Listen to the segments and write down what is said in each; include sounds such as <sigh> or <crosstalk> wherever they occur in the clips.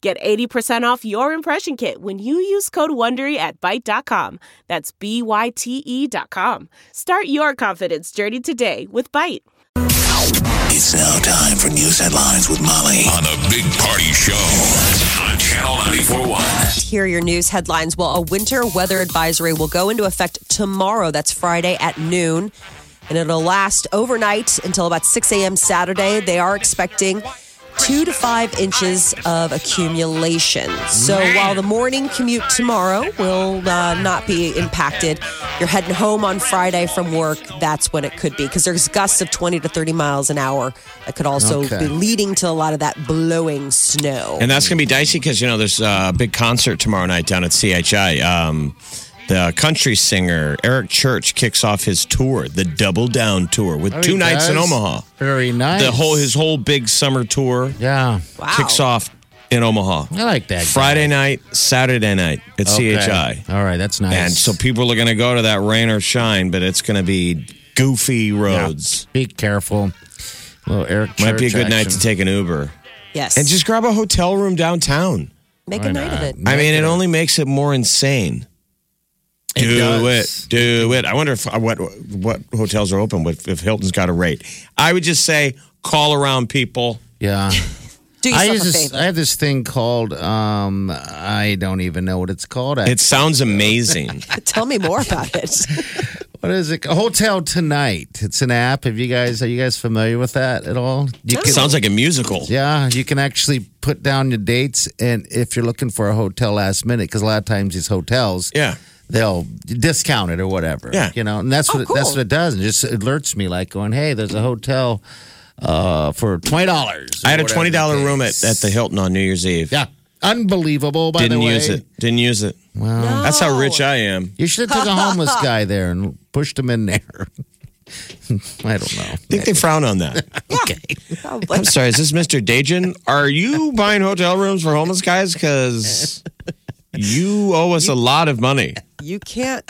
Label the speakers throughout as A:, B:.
A: Get 80% off your impression kit when you use code WONDERY at Byte.com. That's B-Y-T-E E dot com. Start your confidence journey today with Byte.
B: It's now time for news headlines with Molly on the Big Party Show on Channel 941.
C: Here are your news headlines. Well, a winter weather advisory will go into effect tomorrow. That's Friday at noon. And it'll last overnight until about 6 a.m. Saturday. They are expecting two to five inches of accumulation. So while the morning commute tomorrow will uh, not be impacted, you're heading home on Friday from work. That's when it could be because there's gusts of 20 to 30 miles an hour that could also
D: Okay.
C: be leading to a lot of that blowing snow.
E: And that's going to be dicey because, you know, there's uh, a big concert tomorrow night down at CHI. Um, the country singer Eric Church kicks off his tour, the Double Down Tour, with
D: Oh,
E: two
D: he
E: nights in
D: does?
E: Omaha.
D: Very nice.
E: The whole his whole big summer tour
D: yeah.
C: Wow.
E: kicks off in Omaha.
D: I like that. guy.
E: Friday night, Saturday night at
D: Okay.
E: CHI.
D: All right, that's nice.
E: And so people are going to go to that rain or shine, but it's going to be goofy
D: Yeah.
E: roads.
D: Be careful. Little Eric
E: Might be a
D: Church
E: good night to
D: action.
E: take an Uber
C: Yes.
E: and just grab a hotel room downtown.
C: make a night of it.
E: I mean, it only makes it more insane.
D: It
E: Do
D: does.
E: it, do it. I wonder if uh, what what hotels are open. If, if Hilton's got a rate, I would just say call around people. <laughs>
D: Yeah.
C: Do
D: I,
C: yourself
D: use
C: a
D: this,
C: favor.
D: I have this thing called, um, I don't even know what it's called. I-
E: It sounds
D: <laughs>
E: amazing.
C: <laughs> Tell me more about it.
D: what is it? Hotel Tonight. It's an app. Have you guys, are you guys familiar with that at all? You
E: it sounds like a musical.
D: Yeah, you can actually put down your dates, and if you're looking for a hotel last minute, because a lot of times these hotels,
E: Yeah.
D: they'll discount it or whatever.
E: Yeah.
D: you know, and that's
C: Oh,
D: what it, that's
C: cool.
D: what it does. It just alerts me like going, "Hey, there's a hotel uh, for twenty dollars."
E: I had a twenty dollar room at, at the Hilton on New Year's Eve.
D: Yeah, unbelievable. By
E: didn't
D: the way,
E: use it. Didn't use it. That's how rich I am.
D: You should have took
C: <laughs>
D: a homeless guy there and pushed him in there. <laughs> I don't know.
E: I think they frown on
D: <laughs>
E: that.
D: Okay.
E: I'm sorry. Is this Mr. Dajin? Are you buying hotel rooms for homeless guys?
D: <laughs>
E: Because you owe us a lot of money.
C: You can't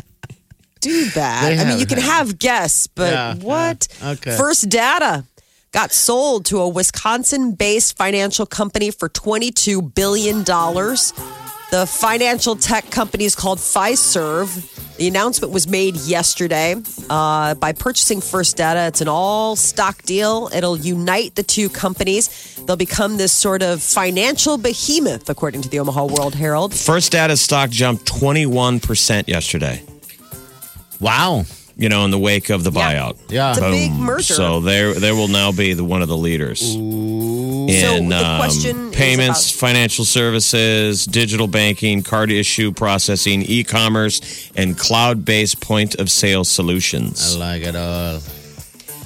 C: do that.
D: They
C: I mean,
D: have-
C: you can have guests, but
D: Yeah,
C: what?
D: yeah, okay.
C: First Data got sold to a Wisconsin based financial company for $22 billion. The financial tech company is called Fiserv. The announcement was made yesterday. Uh, by purchasing First Data, it's an all stock deal. It'll unite the two companies. They'll become this sort of financial behemoth, according to the Omaha World Herald.
E: First data stock jumped 21% yesterday,
D: Wow.
E: you know, in the wake of the buyout. Um,
D: Yeah.
C: It's a big merger.
E: So there they will now be the one of the leaders in
C: the
E: um,
C: question is
E: payments,
C: about-
E: financial services, digital banking, card issue processing, e-commerce, and cloud-based point of sale
D: I
E: solutions.
D: like it all.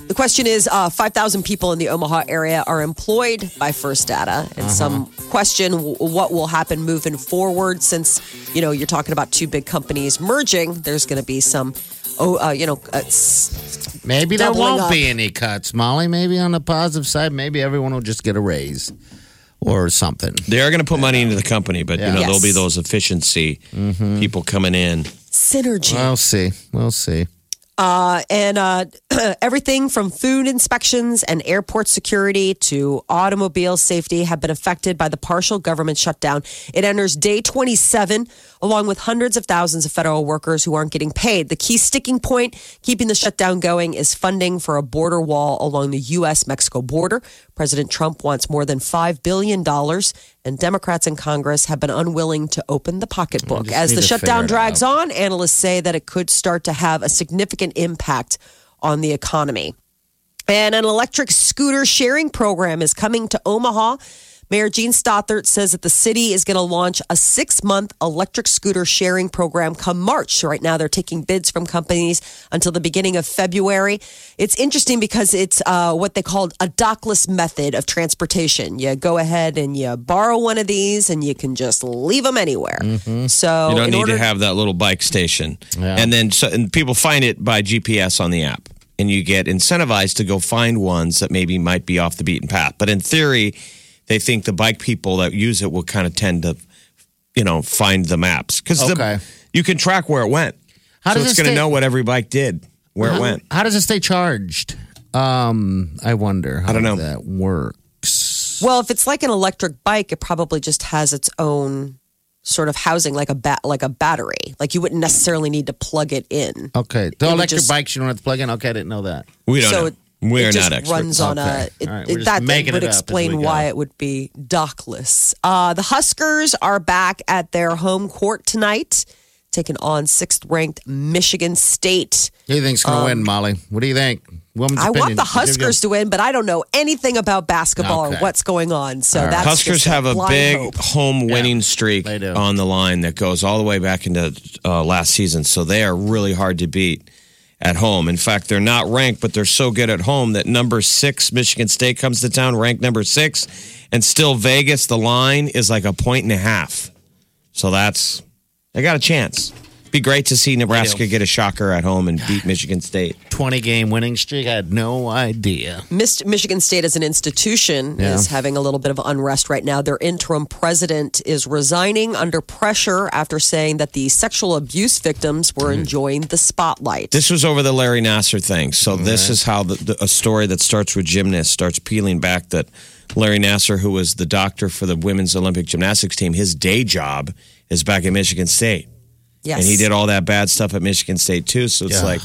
C: The question is uh, 5,000 people in the Omaha area are employed by First Data. And some question w- what will happen moving forward since, you know, you're talking about two big companies merging. There's going to be some, oh, uh, you know, uh, s-
D: Maybe there
C: Doubling
D: won't
C: up.
D: be any cuts, Molly. Maybe on the positive side, maybe everyone will just get a raise or something.
E: They are going to put money into the company, but you know,
C: Yes.
E: there'll be those efficiency
D: Mm-hmm.
E: people coming in.
C: synergy.
D: We'll see. We'll see.
C: and uh, <clears throat> everything from food inspections and airport security to automobile safety have been affected by the partial government shutdown. It enters day 27, along with hundreds of thousands of federal workers who aren't getting paid. The key sticking point keeping the shutdown going is funding for a border wall along the U.S. Mexico border. President Trump wants more than $5 billion, and Democrats in Congress have been unwilling to open the pocketbook. As the
D: Mm, need to
C: shutdown
D: figure it out.
C: drags on, analysts say that it could start to have a significant impact on the economy. And an electric scooter sharing program is coming to Omaha. Mayor Gene Stothert says that the city is going to launch a six month electric scooter sharing program come March. So right now, they're taking bids from companies until the beginning of February. It's interesting because it's uh, what they called a dockless method of transportation. You go ahead and you borrow one of these and you can just leave them anywhere. So
E: Mm-hmm.
D: Oh,
E: You don't
C: in
E: need
C: order
E: to have that little bike station. And then so, and people find it by GPS on the app. And you get incentivized to go find ones that maybe might be off the beaten path. But in theory, they think the bike people that use it will kind of tend to, you know, find the maps. Because
D: Okay.
E: you can track where it went.
D: How
E: so
D: does
E: it's
D: it
E: going to
D: stay-
E: know what every bike did, where it went.
D: How does it stay charged? Um, I wonder how
E: don't know.
D: that works.
C: Well, if it's like an electric bike, it probably just has its own sort of housing, like a ba- like a battery. Like you wouldn't necessarily need to plug it in.
D: Okay, the
C: would
D: electric
C: just-
D: bikes you don't have to plug in. Okay, I didn't know that.
E: We don't
C: so
E: know.
C: it,
E: we
C: it
E: are
C: just
E: not experts.
C: runs on
D: Okay.
C: a. It,
D: All right,
C: it-
D: we're just
C: that
D: making
C: then would
D: it up as
C: explain
D: we
C: why
D: go.
C: it would be dockless. Uh, the Huskers are back at their home court tonight, taking on sixth-ranked Michigan State.
D: Who do you think's
E: Um,
D: going to win, Molly? What do you think? Woman's
C: I want
D: opinion.
C: the
D: Here we go.
C: Huskers to win, but I don't know anything about basketball or
D: Okay.
C: what's going on. So that's
E: Huskers
C: just a
E: have a
C: blind
E: big
C: hope.
E: home winning streak
D: they do.
E: on the line that goes all the way back into uh, last season. So they are really hard to beat at home. In fact, they're not ranked, but they're so good at home that number six, Michigan State, comes to town ranked number six. And still, Vegas, the line is like a point and a half. So that's, they got a chance. Be great to see Nebraska get a shocker at home and
C: <sighs>
E: beat Michigan State.
D: Twenty game winning streak. I had no idea.
C: Mis- Michigan State as an institution
D: Yeah.
C: is having a little bit of unrest right now. Their interim president is resigning under pressure after saying that the sexual abuse victims were enjoying the spotlight.
E: This was over the Larry Nasser thing. So this is how the, the, a story that starts with gymnasts starts peeling back. That Larry Nasser, who was the doctor for the women's Olympic gymnastics team, his day job is back at Michigan State,
C: yes.
E: and he did all that bad stuff at Michigan State too. So it's
D: Yeah.
E: like,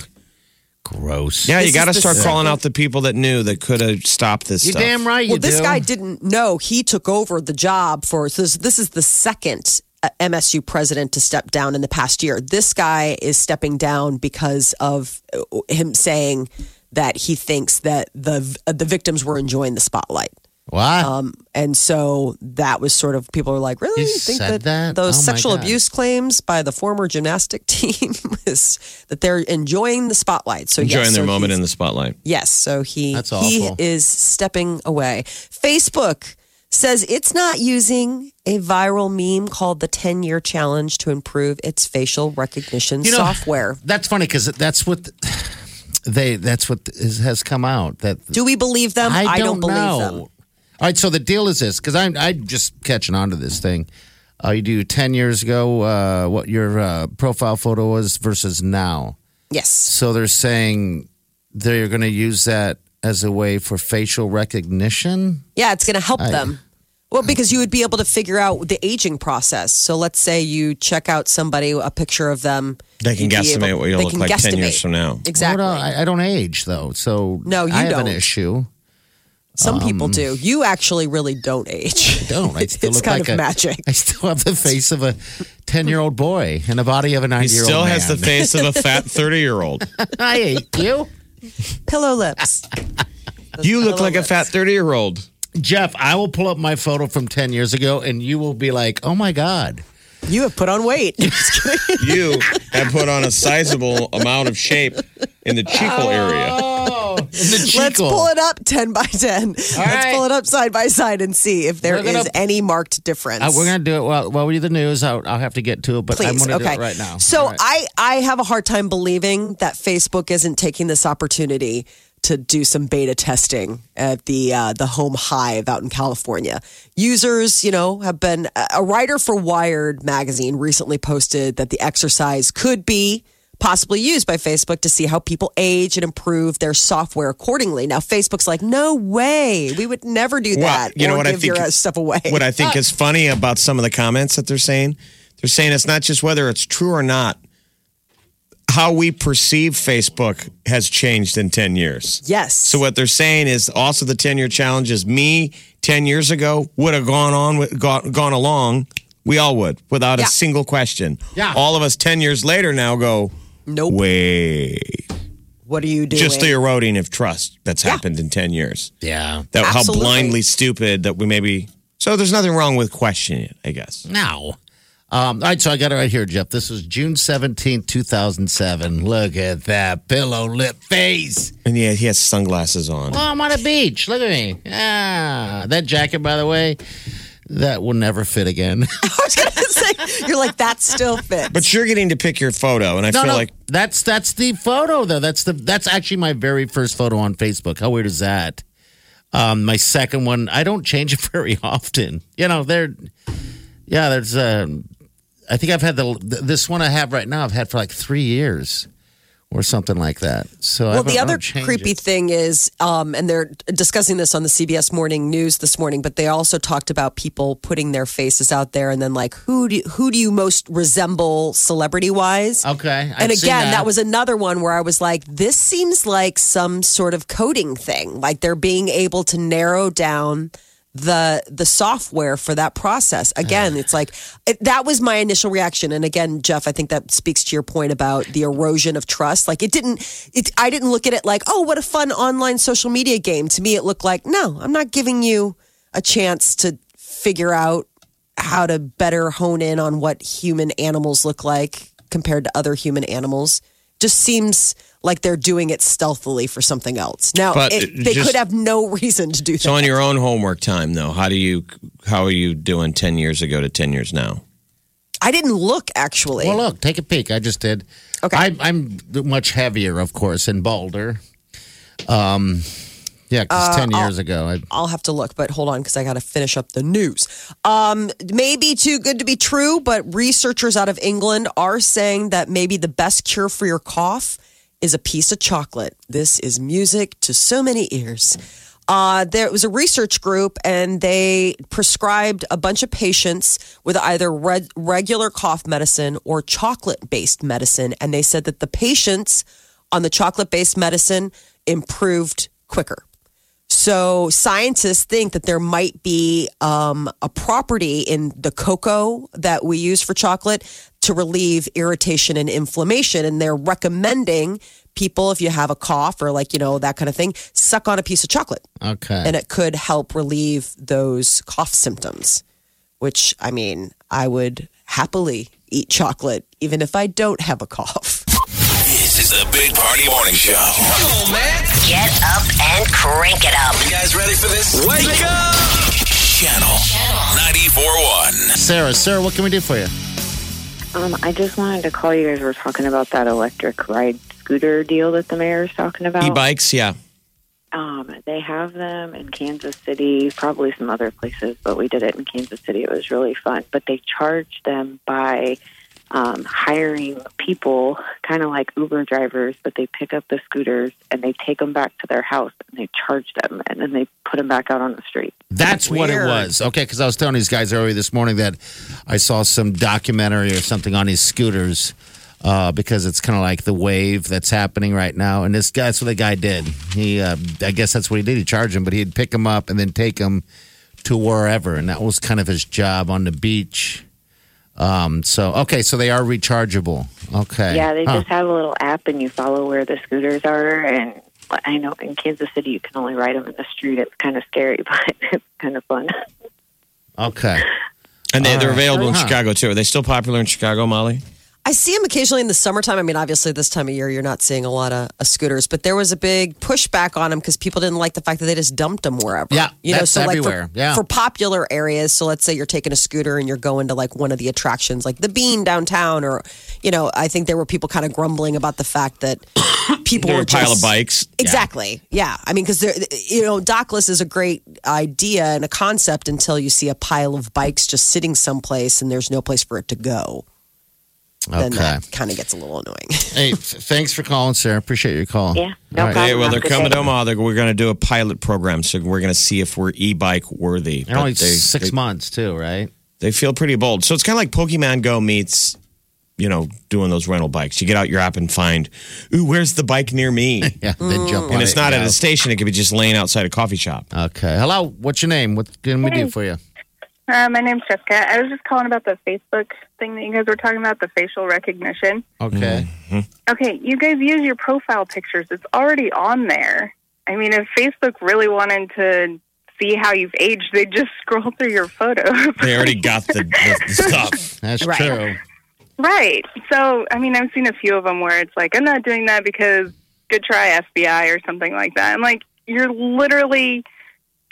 D: Gross.
E: yeah, you
C: This
E: got to
C: is the
E: start calling
C: second-
E: out the people that knew that could have stopped this.
D: you
E: stuff.
D: damn right.
C: Well,
D: you
C: this
D: do.
C: guy didn't know he took over the job for so this, this is the second uh, MSU president to step down in the past year. This guy is stepping down because of uh, him saying that he thinks that the uh, the victims were enjoying the spotlight.
D: What?
C: Um, and so that was sort of people are like, really?
D: He
C: You think
D: said that?
C: those
D: Oh my
C: sexual
D: God.
C: abuse claims by the former gymnastic <laughs> team is that they're enjoying the spotlight. So
E: enjoying
C: yes,
E: their
C: so
E: moment
C: he's-
E: in the spotlight.
C: yes. So he
D: That's
C: he
D: awful.
C: is stepping away. Facebook says it's not using a viral meme called the 10 year challenge to improve its facial recognition
D: You know-
C: software.
D: that's funny because that's what <sighs> they. That's what is, has come out. That
C: Do we believe them? Um, I, don't, believe them.
D: All right, so the deal is this because I'm I'm just catching on to this thing. Uh, you do ten years ago uh, what your uh, profile photo was versus now.
C: Yes.
D: So they're saying they're going to use that as a way for facial recognition.
C: Yeah, it's going to help them. Well, because you would be able to figure out the aging process. So let's say you check out somebody, a picture of them.
E: They can
C: you'd be
E: guesstimate what you
C: they
E: look
C: can
E: like 10 years
C: guesstimate.
E: from now.
C: Exactly.
D: Hold on, uh, I, I don't age though, so
C: No, you
D: I have
C: don't.
D: an issue.
C: Some people do. You actually really don't age.
D: Don't um,
C: <laughs>
D: <laughs> I still
C: it's
D: look
C: kind
D: like
C: of
D: a-
C: magic.
D: <laughs> I still have the face of a ten-year-old boy and the body of a
E: He
D: nine-year-old.
E: still has
D: <laughs>
E: the face <laughs> of a
C: <laughs>
E: fat thirty-year-old.
D: I hate you.
C: Pillow lips.
E: you look like a fat thirty-year-old.
D: Jeff, I will pull up my photo from 10 years ago and you will be like, oh my God.
C: You have put on weight. <laughs>
E: you have put on a sizable amount of shape in the cheekal area.
D: Oh, the
C: Let's pull it up 10 by 10. Let's
D: right.
C: pull it up side by side and see if there
D: We're gonna- Uh,
C: is any marked difference.
D: we're going to do it while, while we do the news. I'll, I'll have to get to it, but I'm
C: Please,
D: going to
C: okay.
D: do it right now.
C: So
D: All right.
C: I, I have a hard time believing that Facebook isn't taking this opportunity to do some beta testing at the uh, the Home Hive out in California. Users, you know, have been a writer for Wired magazine recently posted that the exercise could be possibly used by Facebook to see how people age and improve their software accordingly. Now Facebook's like, no way, we would never do that. or give your uh, stuff away.
E: What I think is funny about some of the comments that they're saying, they're saying it's not just whether it's true or not. How we perceive Facebook has changed in ten years.
C: yes.
E: So what they're saying is also the ten year challenge is me ten years ago would have gone on with- gone, gone along. We all would without a
C: Yeah.
E: single question.
D: Yeah.
E: All of us ten years later now go.
C: nope.
E: Wait.
C: What are you doing?
E: just the eroding of trust that's happened in 10 years.
D: yeah.
E: That how
C: Absolutely.
E: blindly stupid that we maybe So there's nothing wrong with questioning it, I guess.
D: Now. Um, all right, so I got it right here, Jeff. This was June seventeenth, two 2007. Look at that pillow lip face.
E: And yeah, he has sunglasses on.
D: Oh, I'm on a beach. Look at me. Ah, that jacket, by the way, that will never fit again. <laughs>
C: <laughs> I was going to say, you're like, that still fits.
E: But you're getting to pick your photo, and I
D: no,
E: feel
D: no,
E: like
D: that's that's the photo though. That's the that's actually my very first photo on Facebook. How weird is that? Um, my second one, I don't change <laughs> it very often. You know, there, yeah, there's. Um, I think I've had the this one I have right now. I've had for like three years or something like that. So I
C: Well,
D: don't-
C: the
D: I
C: other
D: don't change
C: creepy
D: it.
C: thing is, um, and they're discussing this on the CBS Morning News this morning, but they also talked about people putting their faces out there, and then like, who do who do you most resemble celebrity wise?
D: Okay,
C: and
D: I've seen
C: again, that. was another one where I was like, this seems like some sort of coding thing. Like they're being able to narrow down the the software for that process. Again, it's like it, that was my initial reaction. And again, Jeff, I think that speaks to your point about the erosion of trust. Like it didn't it I didn't look at it like, oh, what a fun online social media game. To me it looked like, no, I'm not giving you a chance to figure out how to better hone in on what human animals look like compared to other human animals just seems like they're doing it stealthily for something else. Now,
E: But
C: it,
E: it
C: they
E: just-
C: could have no reason to do that.
E: so on your own homework time though. How do you how are you doing ten years ago to ten years now?
C: I didn't look actually.
D: Well, look, take a peek. I just did.
C: Okay.
D: I'm, I'm much heavier, of course, and balder. Um, yeah, 'cause ten years ago, I,
C: Uh, I'll have to look, but hold on because I got to finish up the news. Um, maybe too good to be true, but researchers out of England are saying that maybe the best cure for your cough is a piece of chocolate. This is music to so many ears. Uh, there was a research group, and they prescribed a bunch of patients with either reg- regular cough medicine or chocolate based medicine. And they said that the patients on the chocolate based medicine improved quicker. So scientists think that there might be um, a property in the cocoa that we use for chocolate to relieve irritation and inflammation, and they're recommending people if you have a cough or like you know that kind of thing, suck on a piece of chocolate,
D: okay.
C: and it could help relieve those cough symptoms. Which I mean, I would happily eat chocolate even if I don't have a cough.
B: This is the Big Party Morning Show.
F: Get up and crank it up.
B: You guys ready for this? Wake up! Channel 94.1.
D: Sarah, Sarah, what can we do for you?
G: Um, I just wanted to call you guys. We're talking about that electric ride scooter deal that the mayor's talking about.
E: E bikes, yeah.
G: Um, they have them in Kansas City, probably some other places, but we did it in Kansas City. It was really fun. But they charge them by um, hiring people, kind of like Uber drivers, but they pick up the scooters and they take them back to their house and they charge them and then they put them back out on the street.
D: That's what it was. Okay, because I was telling these guys earlier this morning that I saw some documentary or something on his scooters uh, because it's kind of like the wave that's happening right now. And this guy, that's what the guy did. He, uh, I guess that's what he did. He charged him, but he'd pick him up and then take him to wherever. And that was kind of his job on the beach. Um, so, okay, so they are rechargeable. Okay.
G: Yeah, they
D: Huh.
G: just have a little app, and you follow where the scooters are. And I know in Kansas City, you can only ride them in the street. It's kind of scary, <laughs> but it's kind of fun. <laughs>
D: Okay.
E: And they, they're available in
D: Huh.
E: Chicago too. Are they still popular in Chicago, Molly?
C: I see them occasionally in the summertime. I mean, obviously, this time of year, you're not seeing a lot of, of scooters, but there was a big pushback on them because people didn't like the fact that they just dumped them wherever.
D: Yeah,
C: you know,
D: that's
C: so
D: everywhere.
C: like for,
D: Yeah.
C: for popular areas. So let's say you're taking a scooter and you're going to like one of the attractions, like the Bean downtown, or you know, I think there were people kind of grumbling about the fact that people
E: They're
C: were
E: a pile of
C: just-
E: bikes.
C: Exactly. Yeah. I mean, because you know, dockless is a great idea and a concept until you see a pile of bikes just sitting someplace and there's no place for it to go. Then
D: Okay.
C: that kind of gets a little <laughs> annoying.
D: Hey, f- thanks for calling, Sarah. Appreciate your call.
G: Yeah, no
D: All right.
G: problem.
E: Yeah, well,
G: Have
E: they're
G: a good
E: coming
G: day.
E: to Omaha. They're, we're going to do a pilot program, so we're going to see if we're e-bike worthy.
D: And only
E: But they,
D: six
E: they,
D: months, too, right?
E: they feel pretty bold. So it's kind of like Pokemon Go meets, you know, doing those rental bikes. You get out your app and find, ooh, where's the bike near
D: <laughs>
E: me?
D: Yeah,
H: Mm.
D: then jump on
E: and it's
D: it,
E: not
D: yeah.
E: at a station. It could be just laying outside a coffee shop.
D: Okay. Hello. What's your name? What can we do for you?
H: Uh, my name's Jessica. I was just calling about the Facebook thing that you guys were talking about, the facial recognition.
D: Okay.
E: Mm. Mm-hmm.
H: Okay, you guys use your profile pictures. It's already on there. I mean, if Facebook really wanted to see how you've aged. They just <laughs> scroll through your photos.
E: They already got the, the, the stuff.
D: That's
C: Right.
D: true.
H: Right. So, I mean, I've seen a few of them where it's like, I'm not doing that because good try, FBI, or something like that. I'm like, you're literally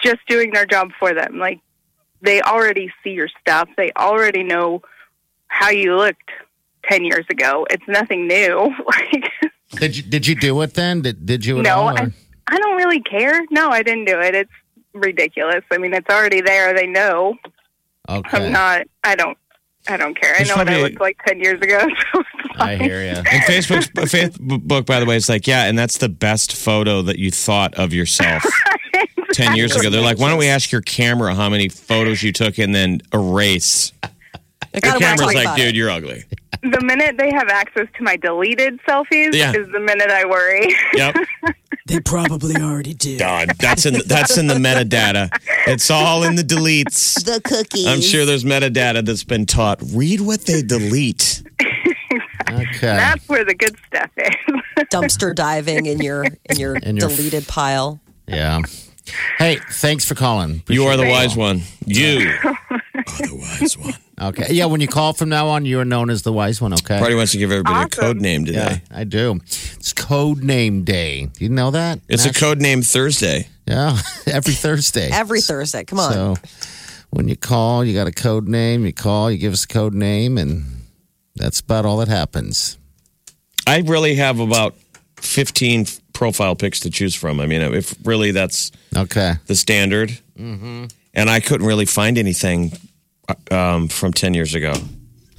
H: just doing their job for them. Like, they already see your stuff, they already know how you looked 10 years ago. It's nothing new. <laughs> Like,
D: Did you did you do it then? Did did you at
H: no,
D: all? or-
H: I, I don't really care. No, I didn't do it. It's ridiculous. I mean, it's already there. They know.
D: okay.
H: I'm not, I don't. I don't care. I
E: It's
H: know what I
E: probably-
H: looked like ten years ago. <laughs> So it's
D: I
H: fine.
D: hear you.
E: And Facebook's, Facebook, by the way, it's like, yeah, and that's the best photo that you thought of
D: <laughs>
E: yourself
H: <laughs>
E: 10 years ago. They're like, why don't we ask your camera how many photos you took and then erase?
C: I
E: Your
C: gotta watch
E: camera's
C: my
E: like,
C: body.
E: dude, you're ugly.
H: the minute they have access to my deleted selfies
E: Yeah.
H: is the minute I worry. <laughs>
E: Yep.
C: <laughs> They probably already do.
E: God, that's in that's in the metadata. It's all in the deletes.
C: The cookies.
E: I'm sure there's metadata that's been taught. Read what they delete.
D: Okay.
H: That's where the good stuff is. <laughs>
C: dumpster diving in your in your
D: <laughs> In your-
C: deleted pile.
D: Yeah. Hey, thanks for calling.
E: You are the
D: Appreciate
E: wise one. You are the wise one.
D: it. Okay. Yeah, when you call from now on, you're known as the wise one, okay?
E: Party wants to give everybody a code name today.
D: Yeah, I do. It's Code Name Day. Do you know that?
E: It's a code name Thursday.
D: Yeah, <laughs> every Thursday.
C: Every Thursday. Come on.
D: So when you call, you got a code name. You call, you give us a code name, and that's about all that happens.
E: I really have about 15 profile pics to choose from. I mean, if really that's
D: Okay.
E: the standard,
D: Mm-hmm.
E: and I couldn't really find anything um, from 10 years ago.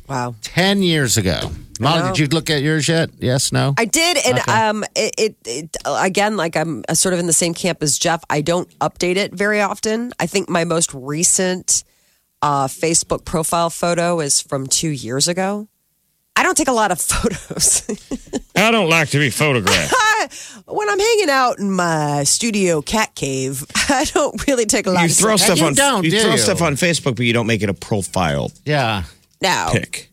C: Wow.
D: 10 years ago. Molly, did you look at yours yet? Yes, no?
C: I did, and um, it, it, it again, like I'm uh, sort of in the same camp as Jeff. I don't update it very often. I think my most recent uh, Facebook profile photo is from two years ago. I don't take a lot of <laughs> photos.
E: I don't like to be <laughs> photographed.
C: when I'm hanging out in my studio cat cave, <laughs> I don't really take a lot
E: you
C: of
E: throw stuff
D: You
E: on
D: don't,
E: you
D: do
E: throw
D: you?
E: stuff on Facebook, but you don't make it a profile
D: yeah.
C: now.
E: pic.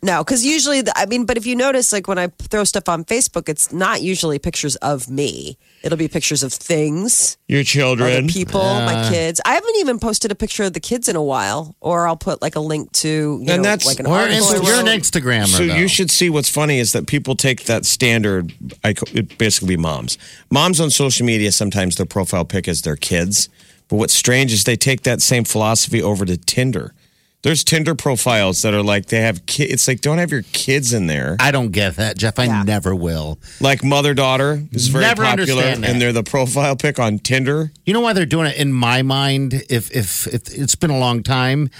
C: No, because usually, the, I mean, but if you notice, like when I throw stuff on Facebook, it's not usually pictures of me. It'll be pictures of things,
E: Your
C: other
E: children.
C: people, my kids. I haven't even posted a picture of the kids in a while, or I'll put like a link to, you know,
E: And that's-
C: like an
D: Or
C: article.
D: Insta-
C: I
D: you're an
C: wrote.
D: Instagrammer.
E: So
D: though.
E: you should see what's funny is that people take that standard. I co- it basically be moms. Moms on social media sometimes their profile pic is their kids. But what's strange is they take that same philosophy over to Tinder. There's Tinder profiles that are like they have kids. It's like don't have your kids in there.
D: I don't get that, Jeff. I never will.
E: Like mother daughter is very
D: Never
E: popular,
D: understand that.
E: and they're the profile pic on Tinder.
D: You know why they're doing it in my mind? If if, if it's been a long time,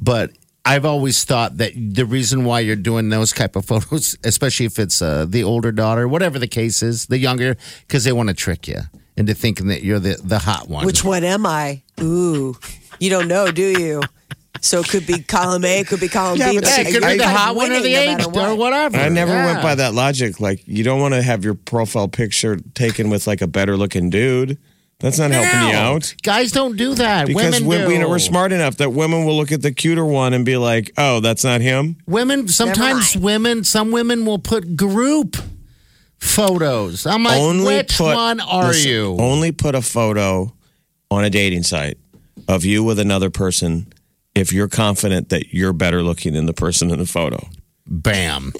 D: but I've always thought that the reason why you're doing those type of <laughs> photos, especially if it's uh, the older daughter, whatever the case is, the younger, because they want to trick you into thinking that you're the the hot one.
C: Which one am I? Ooh, you don't know, do you? So it could be column A, it could be column B.
D: yeah,
C: but
D: it could
C: you're
D: be the
C: kind of
D: hot one or
C: winning
D: the
C: no
D: aged
C: matter what.
D: or whatever.
E: I never went
D: Yeah.
E: by that logic. Like you don't want to have your profile picture taken with like a better looking dude. That's not helping you
D: No.
E: out.
D: Guys don't do that.
E: Because
D: women
E: we,
D: do.
E: we, are smart enough that women will look at the cuter one and be like, "Oh, that's not him."
D: Women sometimes women some women will put group photos. I'm like, which one are
E: listen,
D: you?
E: Only put a photo on a dating site of you with another person if you're confident that you're better looking than the person in the photo.
D: Bam.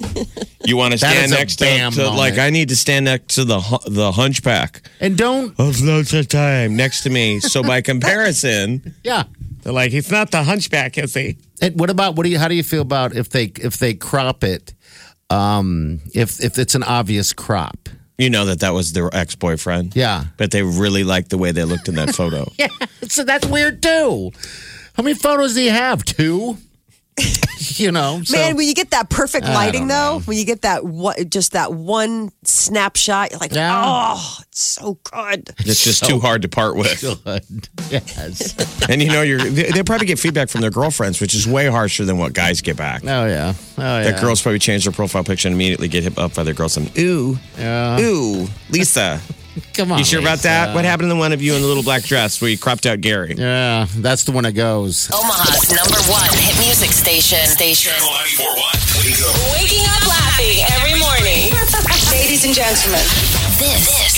E: You want to
D: That
E: stand
D: is a
E: next to,
D: bam
E: to- like
D: moment.
E: I need to stand next to the hu- the hunchback
D: And don't
E: of lots of time next to me. So by <laughs> comparison,
D: yeah.
E: they're like, "He's not the hunchback, is he?"
D: And what about what do you how do you feel about if they if they crop it? Um if if it's an obvious crop.
E: You know that that was their ex boyfriend.
D: Yeah.
E: But they really liked the way they looked in that <laughs> photo.
D: Yeah. So that's weird too. How many photos do you have? Two? <laughs> you know. So
C: Man, when you get that perfect lighting,
D: don't
C: though, when you get that what, just that one snapshot, you're like,
D: Yeah.
C: oh, it's so good.
E: It's just too hard to part with.
D: good. <laughs> Yes.
E: And you know, you're they, they probably get feedback from their girlfriends, which is way harsher than what guys get back.
D: Oh yeah. Oh yeah.
E: That girls probably change their profile picture and immediately get hit up by their girlfriend. Ooh, ooh, Lisa,
D: Come on.
E: you sure about
D: Lisa.
E: that? What happened to the one of you in the little black dress where you cropped out Gary?
D: Yeah, that's the one that goes.
F: Omaha's number one hit music station. Station.
B: Channel 94.1. Wake up.
I: Waking up laughing every morning. <laughs> Ladies and gentlemen,
F: This,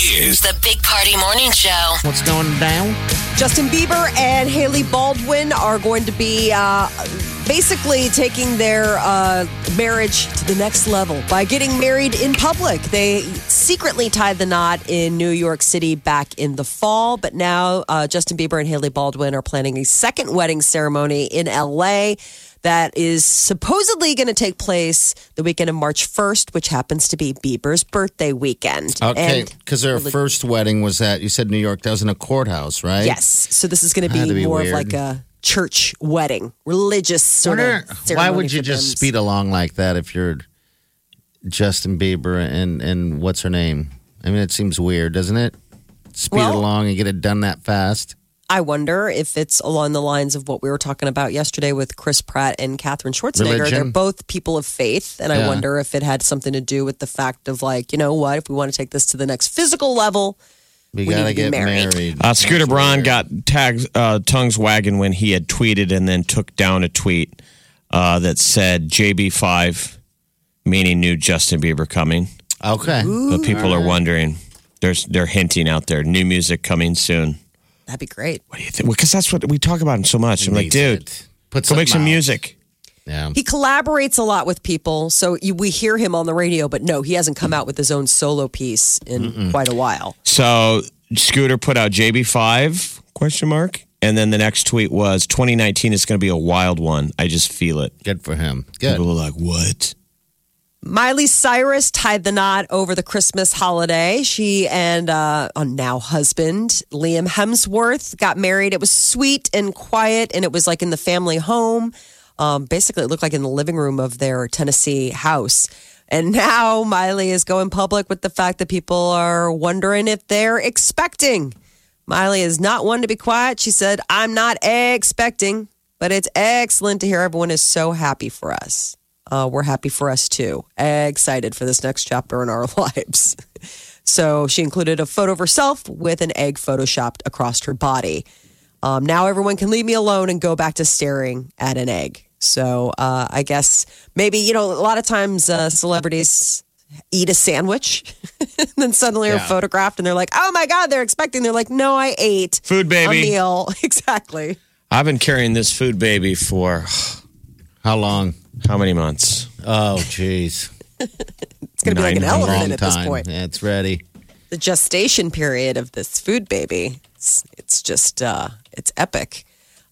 B: Is-
F: is the Big Party Morning Show.
D: What's going down?
C: Justin Bieber and Haley Baldwin are going to be uh, basically taking their uh, marriage to the next level by getting married in public. They secretly tied the knot in New York City back in the fall, but now uh, Justin Bieber and Haley Baldwin are planning a second wedding ceremony in LA that is supposedly going to take place the weekend of March 1st, which happens to be Bieber's birthday weekend.
D: Okay,
C: And-
D: because their first wedding was at you said New York. That was in a courthouse, right?
C: Yes. So this is going to
D: Had to
C: be
D: be
C: more of
D: weird.
C: like a church wedding, religious sort
D: Wonder-
C: of.
D: why
C: ceremony
D: would you
C: for
D: just
C: them.
D: speed along like that if you're Justin Bieber and and what's her name? I mean, it seems weird, doesn't it? Speed
C: Well-
D: along and get it done that fast.
C: I wonder if it's along the lines of what we were talking about yesterday with Chris Pratt and Katherine Schwarzenegger.
D: Religion.
C: They're both people of faith, and I
D: Yeah.
C: wonder if it had something to do with the fact of like, you know what, if we want to take this to the next physical level,
D: We,
C: We
D: gotta
C: need to be
D: get
C: married.
D: married.
E: Uh, Scooter Braun got tagged, uh, tongues wagging when he had tweeted and then took down a tweet uh, that said JB5, meaning new Justin Bieber coming.
D: Okay.
E: But people are wondering, there's, they're hinting out there, new music coming soon.
C: that'd be great.
E: What do you think? Because that's what we talk about him so much. I'm like,
D: Needs
E: dude,
D: it. Put
E: go make
D: something
E: some
D: out.
E: music.
D: Yeah.
C: He collaborates a lot with people, so you, we hear him on the radio, but no, he hasn't come out with his own solo piece in quite a while.
E: So Scooter put out JB5 question mark, and then the next tweet was 2019 is going to be a wild one. I just feel it.
D: Good for him. Good.
E: People were like, what?
C: Miley Cyrus tied the knot over the Christmas holiday. She and uh, uh, now husband Liam Hemsworth got married. It was sweet and quiet, and it was like in the family home. Um, basically, it looked like in the living room of their Tennessee house. And now Miley is going public with the fact that people are wondering if they're expecting. Miley is not one to be quiet. She said, I'm not expecting, but it's excellent to hear everyone is so happy for us. Uh, we're happy for us too. Excited for this next chapter in our <laughs> lives. So she included a photo of herself with an egg photoshopped across her body. Um, now everyone can leave me alone and go back to staring at an egg. So uh, I guess maybe, you know, a lot of times uh, celebrities eat a sandwich <laughs> and then suddenly are
D: Yeah.
C: photographed and they're like, oh my God, they're expecting. They're like, no, I ate
E: Food
C: a
E: baby.
C: meal. <laughs> Exactly.
E: I've been carrying this food baby for
D: How long?
E: how many months?
C: <laughs>
D: Oh, jeez.
C: It's going to be like an
E: Nine
C: elephant
D: Long
C: at this
D: time.
C: point.
D: Yeah, it's ready.
C: the gestation period of this food baby. It's, it's just, uh, it's epic.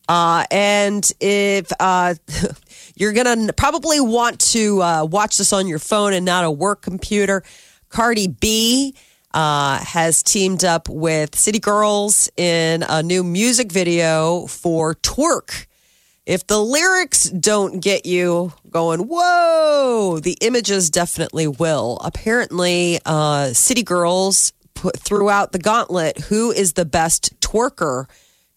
C: Uh, and if uh, <laughs> you're going to probably want to uh, watch this on your phone and not a work computer, Cardi B uh, has teamed up with City Girls in a new music video for Twerk. If the lyrics don't get you going, whoa, the images definitely will. Apparently, uh, City Girls put throughout the gauntlet who is the best twerker,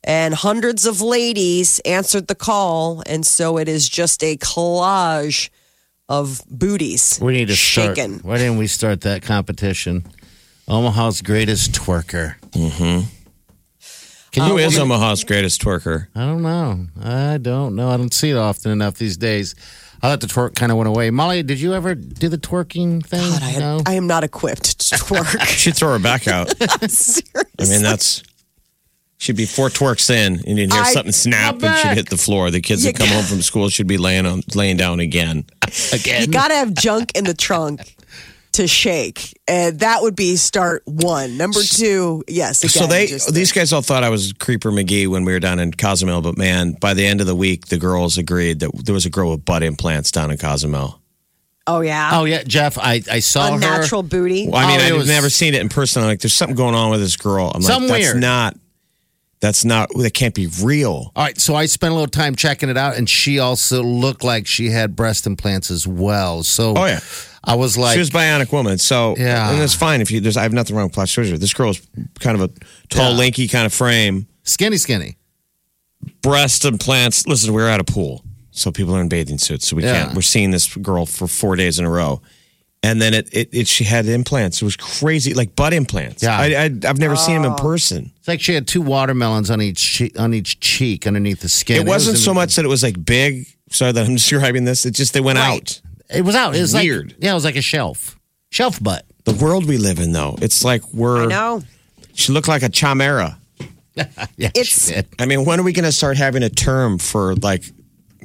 C: and hundreds of ladies answered the call, and so it is just a collage of booties.
D: We need to start.
C: shaken.
D: Why didn't we start that competition? Omaha's greatest twerker.
E: Who
C: Uh,
E: is Omaha's greatest twerker?
D: I don't know. I don't know. I don't see it often enough these days. I thought the twerk kind of went away. Molly, did you ever do the twerking thing?
C: God, I,
D: no.
C: I am not equipped to twerk. <laughs>
E: She'd throw her back out. I mean, that's. She'd be four twerks in, and you'd hear
C: I-
E: something snap,
D: my
E: and she'd
D: back.
E: hit the floor. The kids that come home from school should be laying on, laying down again.
C: You
D: Again,
C: gotta have junk in the trunk to shake, and that would be start one. Number two, yes. Again,
E: so they
C: just-
E: these guys all thought I was Creeper McGee when we were down in Cozumel, but man, by the end of the week, the girls agreed that there was a girl with butt implants down in Cozumel.
C: oh yeah,
D: Oh yeah, Jeff. I I saw
C: unnatural
D: her.
C: booty.
E: Well, I mean,
D: Oh, it
E: I've
D: was-
E: never seen it in person. I'm like, there's something going on with this girl. I'm
D: Something
E: like, that's
D: weird.
E: not, that's not, that can't be real.
D: All right, so I spent a little time checking it out, and she also looked like she had breast implants as well. So
E: Oh, yeah.
D: I was like,
E: she was a bionic woman, so
D: Yeah.
E: and that's fine. If you, there's, I have nothing wrong with plastic surgery. This girl's kind of a tall,
D: Yeah.
E: lanky kind of frame,
D: skinny, skinny.
E: breast implants. Listen, we're at a pool, so people are in bathing suits, so we
D: Yeah.
E: can't. We're seeing this girl for four days in a row, and then it, it, it she had implants. It was crazy, like butt implants.
D: Yeah. Oh.
E: I, I I've never seen them in person.
D: It's like she had two watermelons on each cheek, on each cheek underneath the skin.
E: It wasn't
D: was-
E: so much that it was like big. Sorry that I'm <laughs> describing this. It just they went out.
D: It was out. It was
E: Weird.
D: Like, yeah, it was like a shelf, shelf butt.
E: The world we live in, though, it's like we're.
C: I know.
E: She looked like a chimera.
D: Yeah,
C: It's-
D: shit.
E: I mean, when are we going to start having a term for like,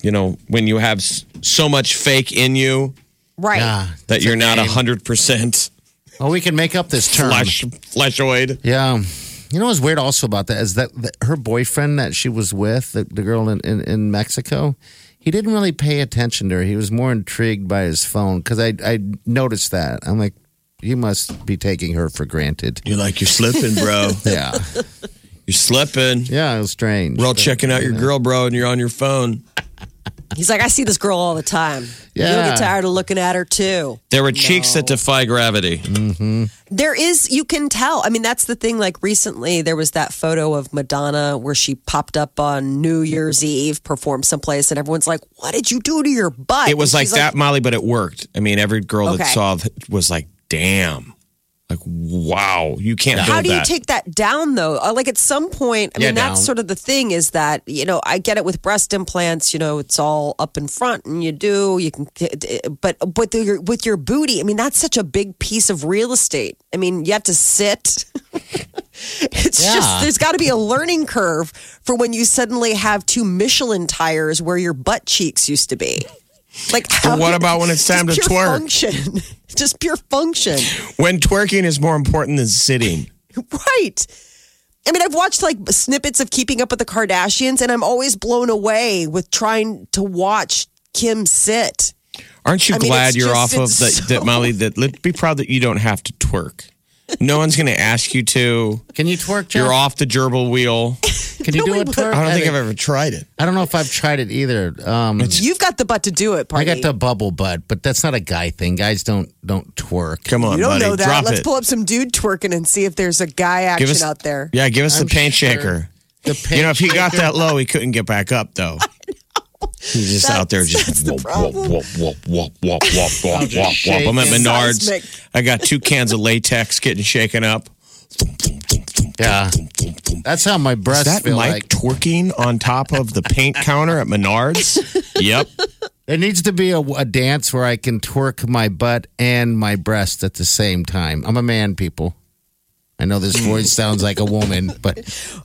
E: you know, when you have s- so much fake in you
C: Right.
D: Yeah.
E: that you're not hundred percent
D: Ah. Well, we can make up this term.
E: flesh fleshoid?
D: Yeah. You know what's weird also about that is that, that her boyfriend that she was with, the, the girl in, in, in Mexico, he didn't really pay attention to her. He was more intrigued by his phone because I, I noticed that. I'm like, you must be taking her for granted.
E: You're like you're slipping, bro.
D: Yeah.
E: <laughs> You're slipping.
D: yeah, it was strange.
E: We're all checking out your girl, bro, and you're on your phone.
C: He's like, I see this girl all the time. You'll
D: Yeah.
C: get tired of looking at her too.
E: There were cheeks that defy gravity.
C: There is, you can tell. I mean, that's the thing. Like recently, there was that photo of Madonna where she popped up on New Year's Eve, performed someplace, and everyone's like, What did you do to your butt?
E: It was
C: And
E: like
C: she's
E: that, Molly, but it worked. I mean, every girl that
C: Okay.
E: saw it was like, damn. Like, wow. You can't build
C: How do you
E: that.
C: take that down though? Uh, Like at some point, I
D: Yeah,
C: mean, that's
D: down.
C: sort of the thing is that, you know, I get it with breast implants, you know, it's all up in front and you do, you can, but with your, with your booty, I mean, that's such a big piece of real estate. I mean, you have to sit. <laughs> it's just,
D: Yeah.
C: there's got to be a learning curve for when you suddenly have two Michelin tires where your butt cheeks used to be. Like, how
E: what about when
C: <laughs>
E: it's
C: just
E: time to
C: pure
E: twerk?
C: Function. <laughs> Just pure function.
E: when twerking is more important than sitting.
C: <laughs> Right. I mean, I've watched like snippets of Keeping Up with the Kardashians, and I'm always blown away with trying to watch Kim sit.
E: Aren't you
C: I mean,
E: glad
C: it's
E: you're
C: just-
E: off of
C: it's
E: that,
C: so-
E: that, Molly? That let, be proud that you don't have to twerk. No one's going to ask you to.
D: Can you twerk, Jeff?
E: You're off the gerbil wheel.
D: Can you do a twerk?
E: I don't think I've ever tried it.
D: I don't know if I've tried it either. Um,
C: You've got the butt to do it,
D: I
C: party.
D: got the bubble butt, but that's not a guy thing. Guys don't don't twerk.
E: Come on,
C: you don't
E: buddy.
C: know that.
E: Drop
C: Let's
E: it.
C: pull up some dude twerking and see if there's a guy action
E: Give us-
C: out there.
E: Yeah, give us
D: I'm
E: the paint
D: sure.
E: shaker.
D: The
E: You know, if he
D: pinch-
E: got that low, he couldn't get back up,
C: <laughs>
E: though. He's just out there just
C: that's the
E: whoop, whoop,
C: problem.
E: whoop, whoop, whoop, whoop, whoop, whoop, whoop, whoop.
D: shaking.
E: I'm at Menards.
C: Seismic.
E: I got two cans of latex getting shaken up.
D: yeah, that's how my
E: Is
D: breasts
E: that
D: feel
E: Mike
D: like.
E: twerking on top of the paint counter at
C: <laughs>
E: Menards? yep.
D: There needs to be a, a dance where I can twerk my butt and my breast at the same time. I'm a man, people. I know this
C: <laughs>
D: voice sounds like a woman, but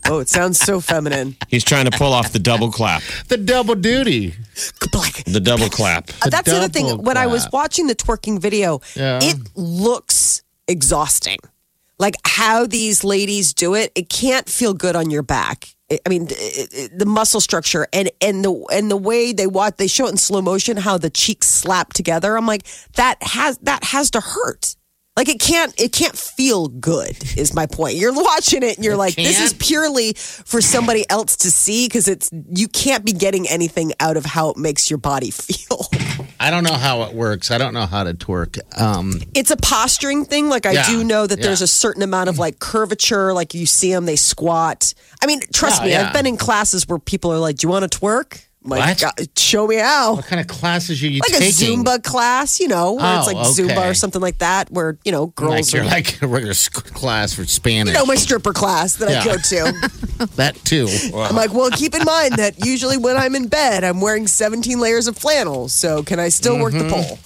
C: Oh, it sounds so
E: <laughs>
C: feminine.
E: He's trying to pull off the double clap.
D: the double duty.
C: Black.
E: The double clap.
C: That's the other thing.
D: double
C: When I was
D: clap.
C: watching the twerking video,
D: Yeah.
C: it looks exhausting. Like how these ladies do it, it can't feel good on your back. I I mean, it- it- the muscle structure and and the and the way they watch, they show it in slow motion how the cheeks slap together. I'm like, that has that has to hurt. Like it can't it can't feel good is my point. You're watching it and you're like, this is
D: can't.
C: purely for somebody else to see because it's you can't be getting anything out of how it makes your body <laughs> feel.
D: I don't know how it works. I don't know how to twerk. Um,
C: it's a posturing thing. Like I
D: Yeah,
C: do know that there's
D: yeah.
C: a certain amount of like curvature. Like you see them, they squat. I mean, trust
D: Yeah,
C: me,
D: yeah.
C: I've been in classes where people are like, "Do you want to twerk?" I'm like,
D: What?
C: "God, show me how.
D: what kind of classes are you
C: Like a
D: taking?
C: Zumba class, you know, where it's
D: Oh,
C: like Zumba
D: okay.
C: or something like that, where you know
D: Like
C: girls
D: you're
C: are.
D: like a regular sc- class for
C: <laughs>
D: Spanish.
C: you know, my stripper class that I
D: Yeah.
C: go to.
D: that too.
C: I'm like, well, keep in mind that usually when I'm in bed, I'm wearing 17 layers of flannel. So can I still work
D: Mm-hmm.
C: the pole?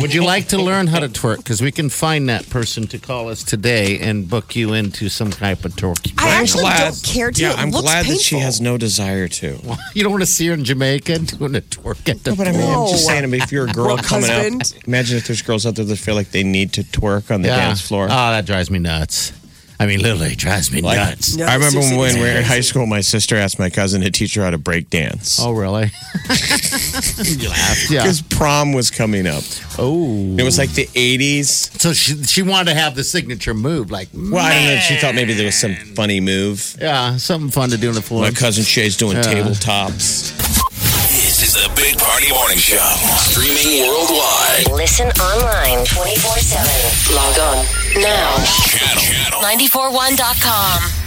D: Would you like to learn how to twerk? Because we can find that person to call us today and book you into some type of twerk.
C: I actually don't care to.
E: Yeah,
C: it
E: I'm
C: looks
E: glad
C: painful.
E: that she has no desire to.
D: <laughs> You don't want to see her in Jamaica doing a twerk at the
E: But I mean, I'm just
C: No.
E: saying, I mean, if
C: <laughs>
E: you're a girl
C: Broke
E: coming
C: husband.
E: out, imagine if there's girls out there that feel like they need to twerk on the
D: Yeah.
E: dance floor.
D: Oh, that drives me nuts. I mean, literally drives me
E: Like,
D: nuts.
C: No,
E: I remember
C: seriously,
E: when
C: it's
E: we were in
C: crazy.
E: high school, my sister asked my cousin to teach her how to break dance.
D: Oh, really? <laughs> you laughed. Yeah.
E: Because prom was coming up.
D: Oh.
E: It was like the 80s.
D: So she, she wanted to have the signature move, like,
E: Well, I don't know. She thought maybe there was some funny move.
D: yeah, something fun to do on the floor.
E: My cousin Shay's doing
D: Yeah.
E: tabletops.
B: This is the Big Party Morning Show. Streaming worldwide.
F: Listen online 24 7.
I: Log on now.
B: Channel, channel
F: 941.com.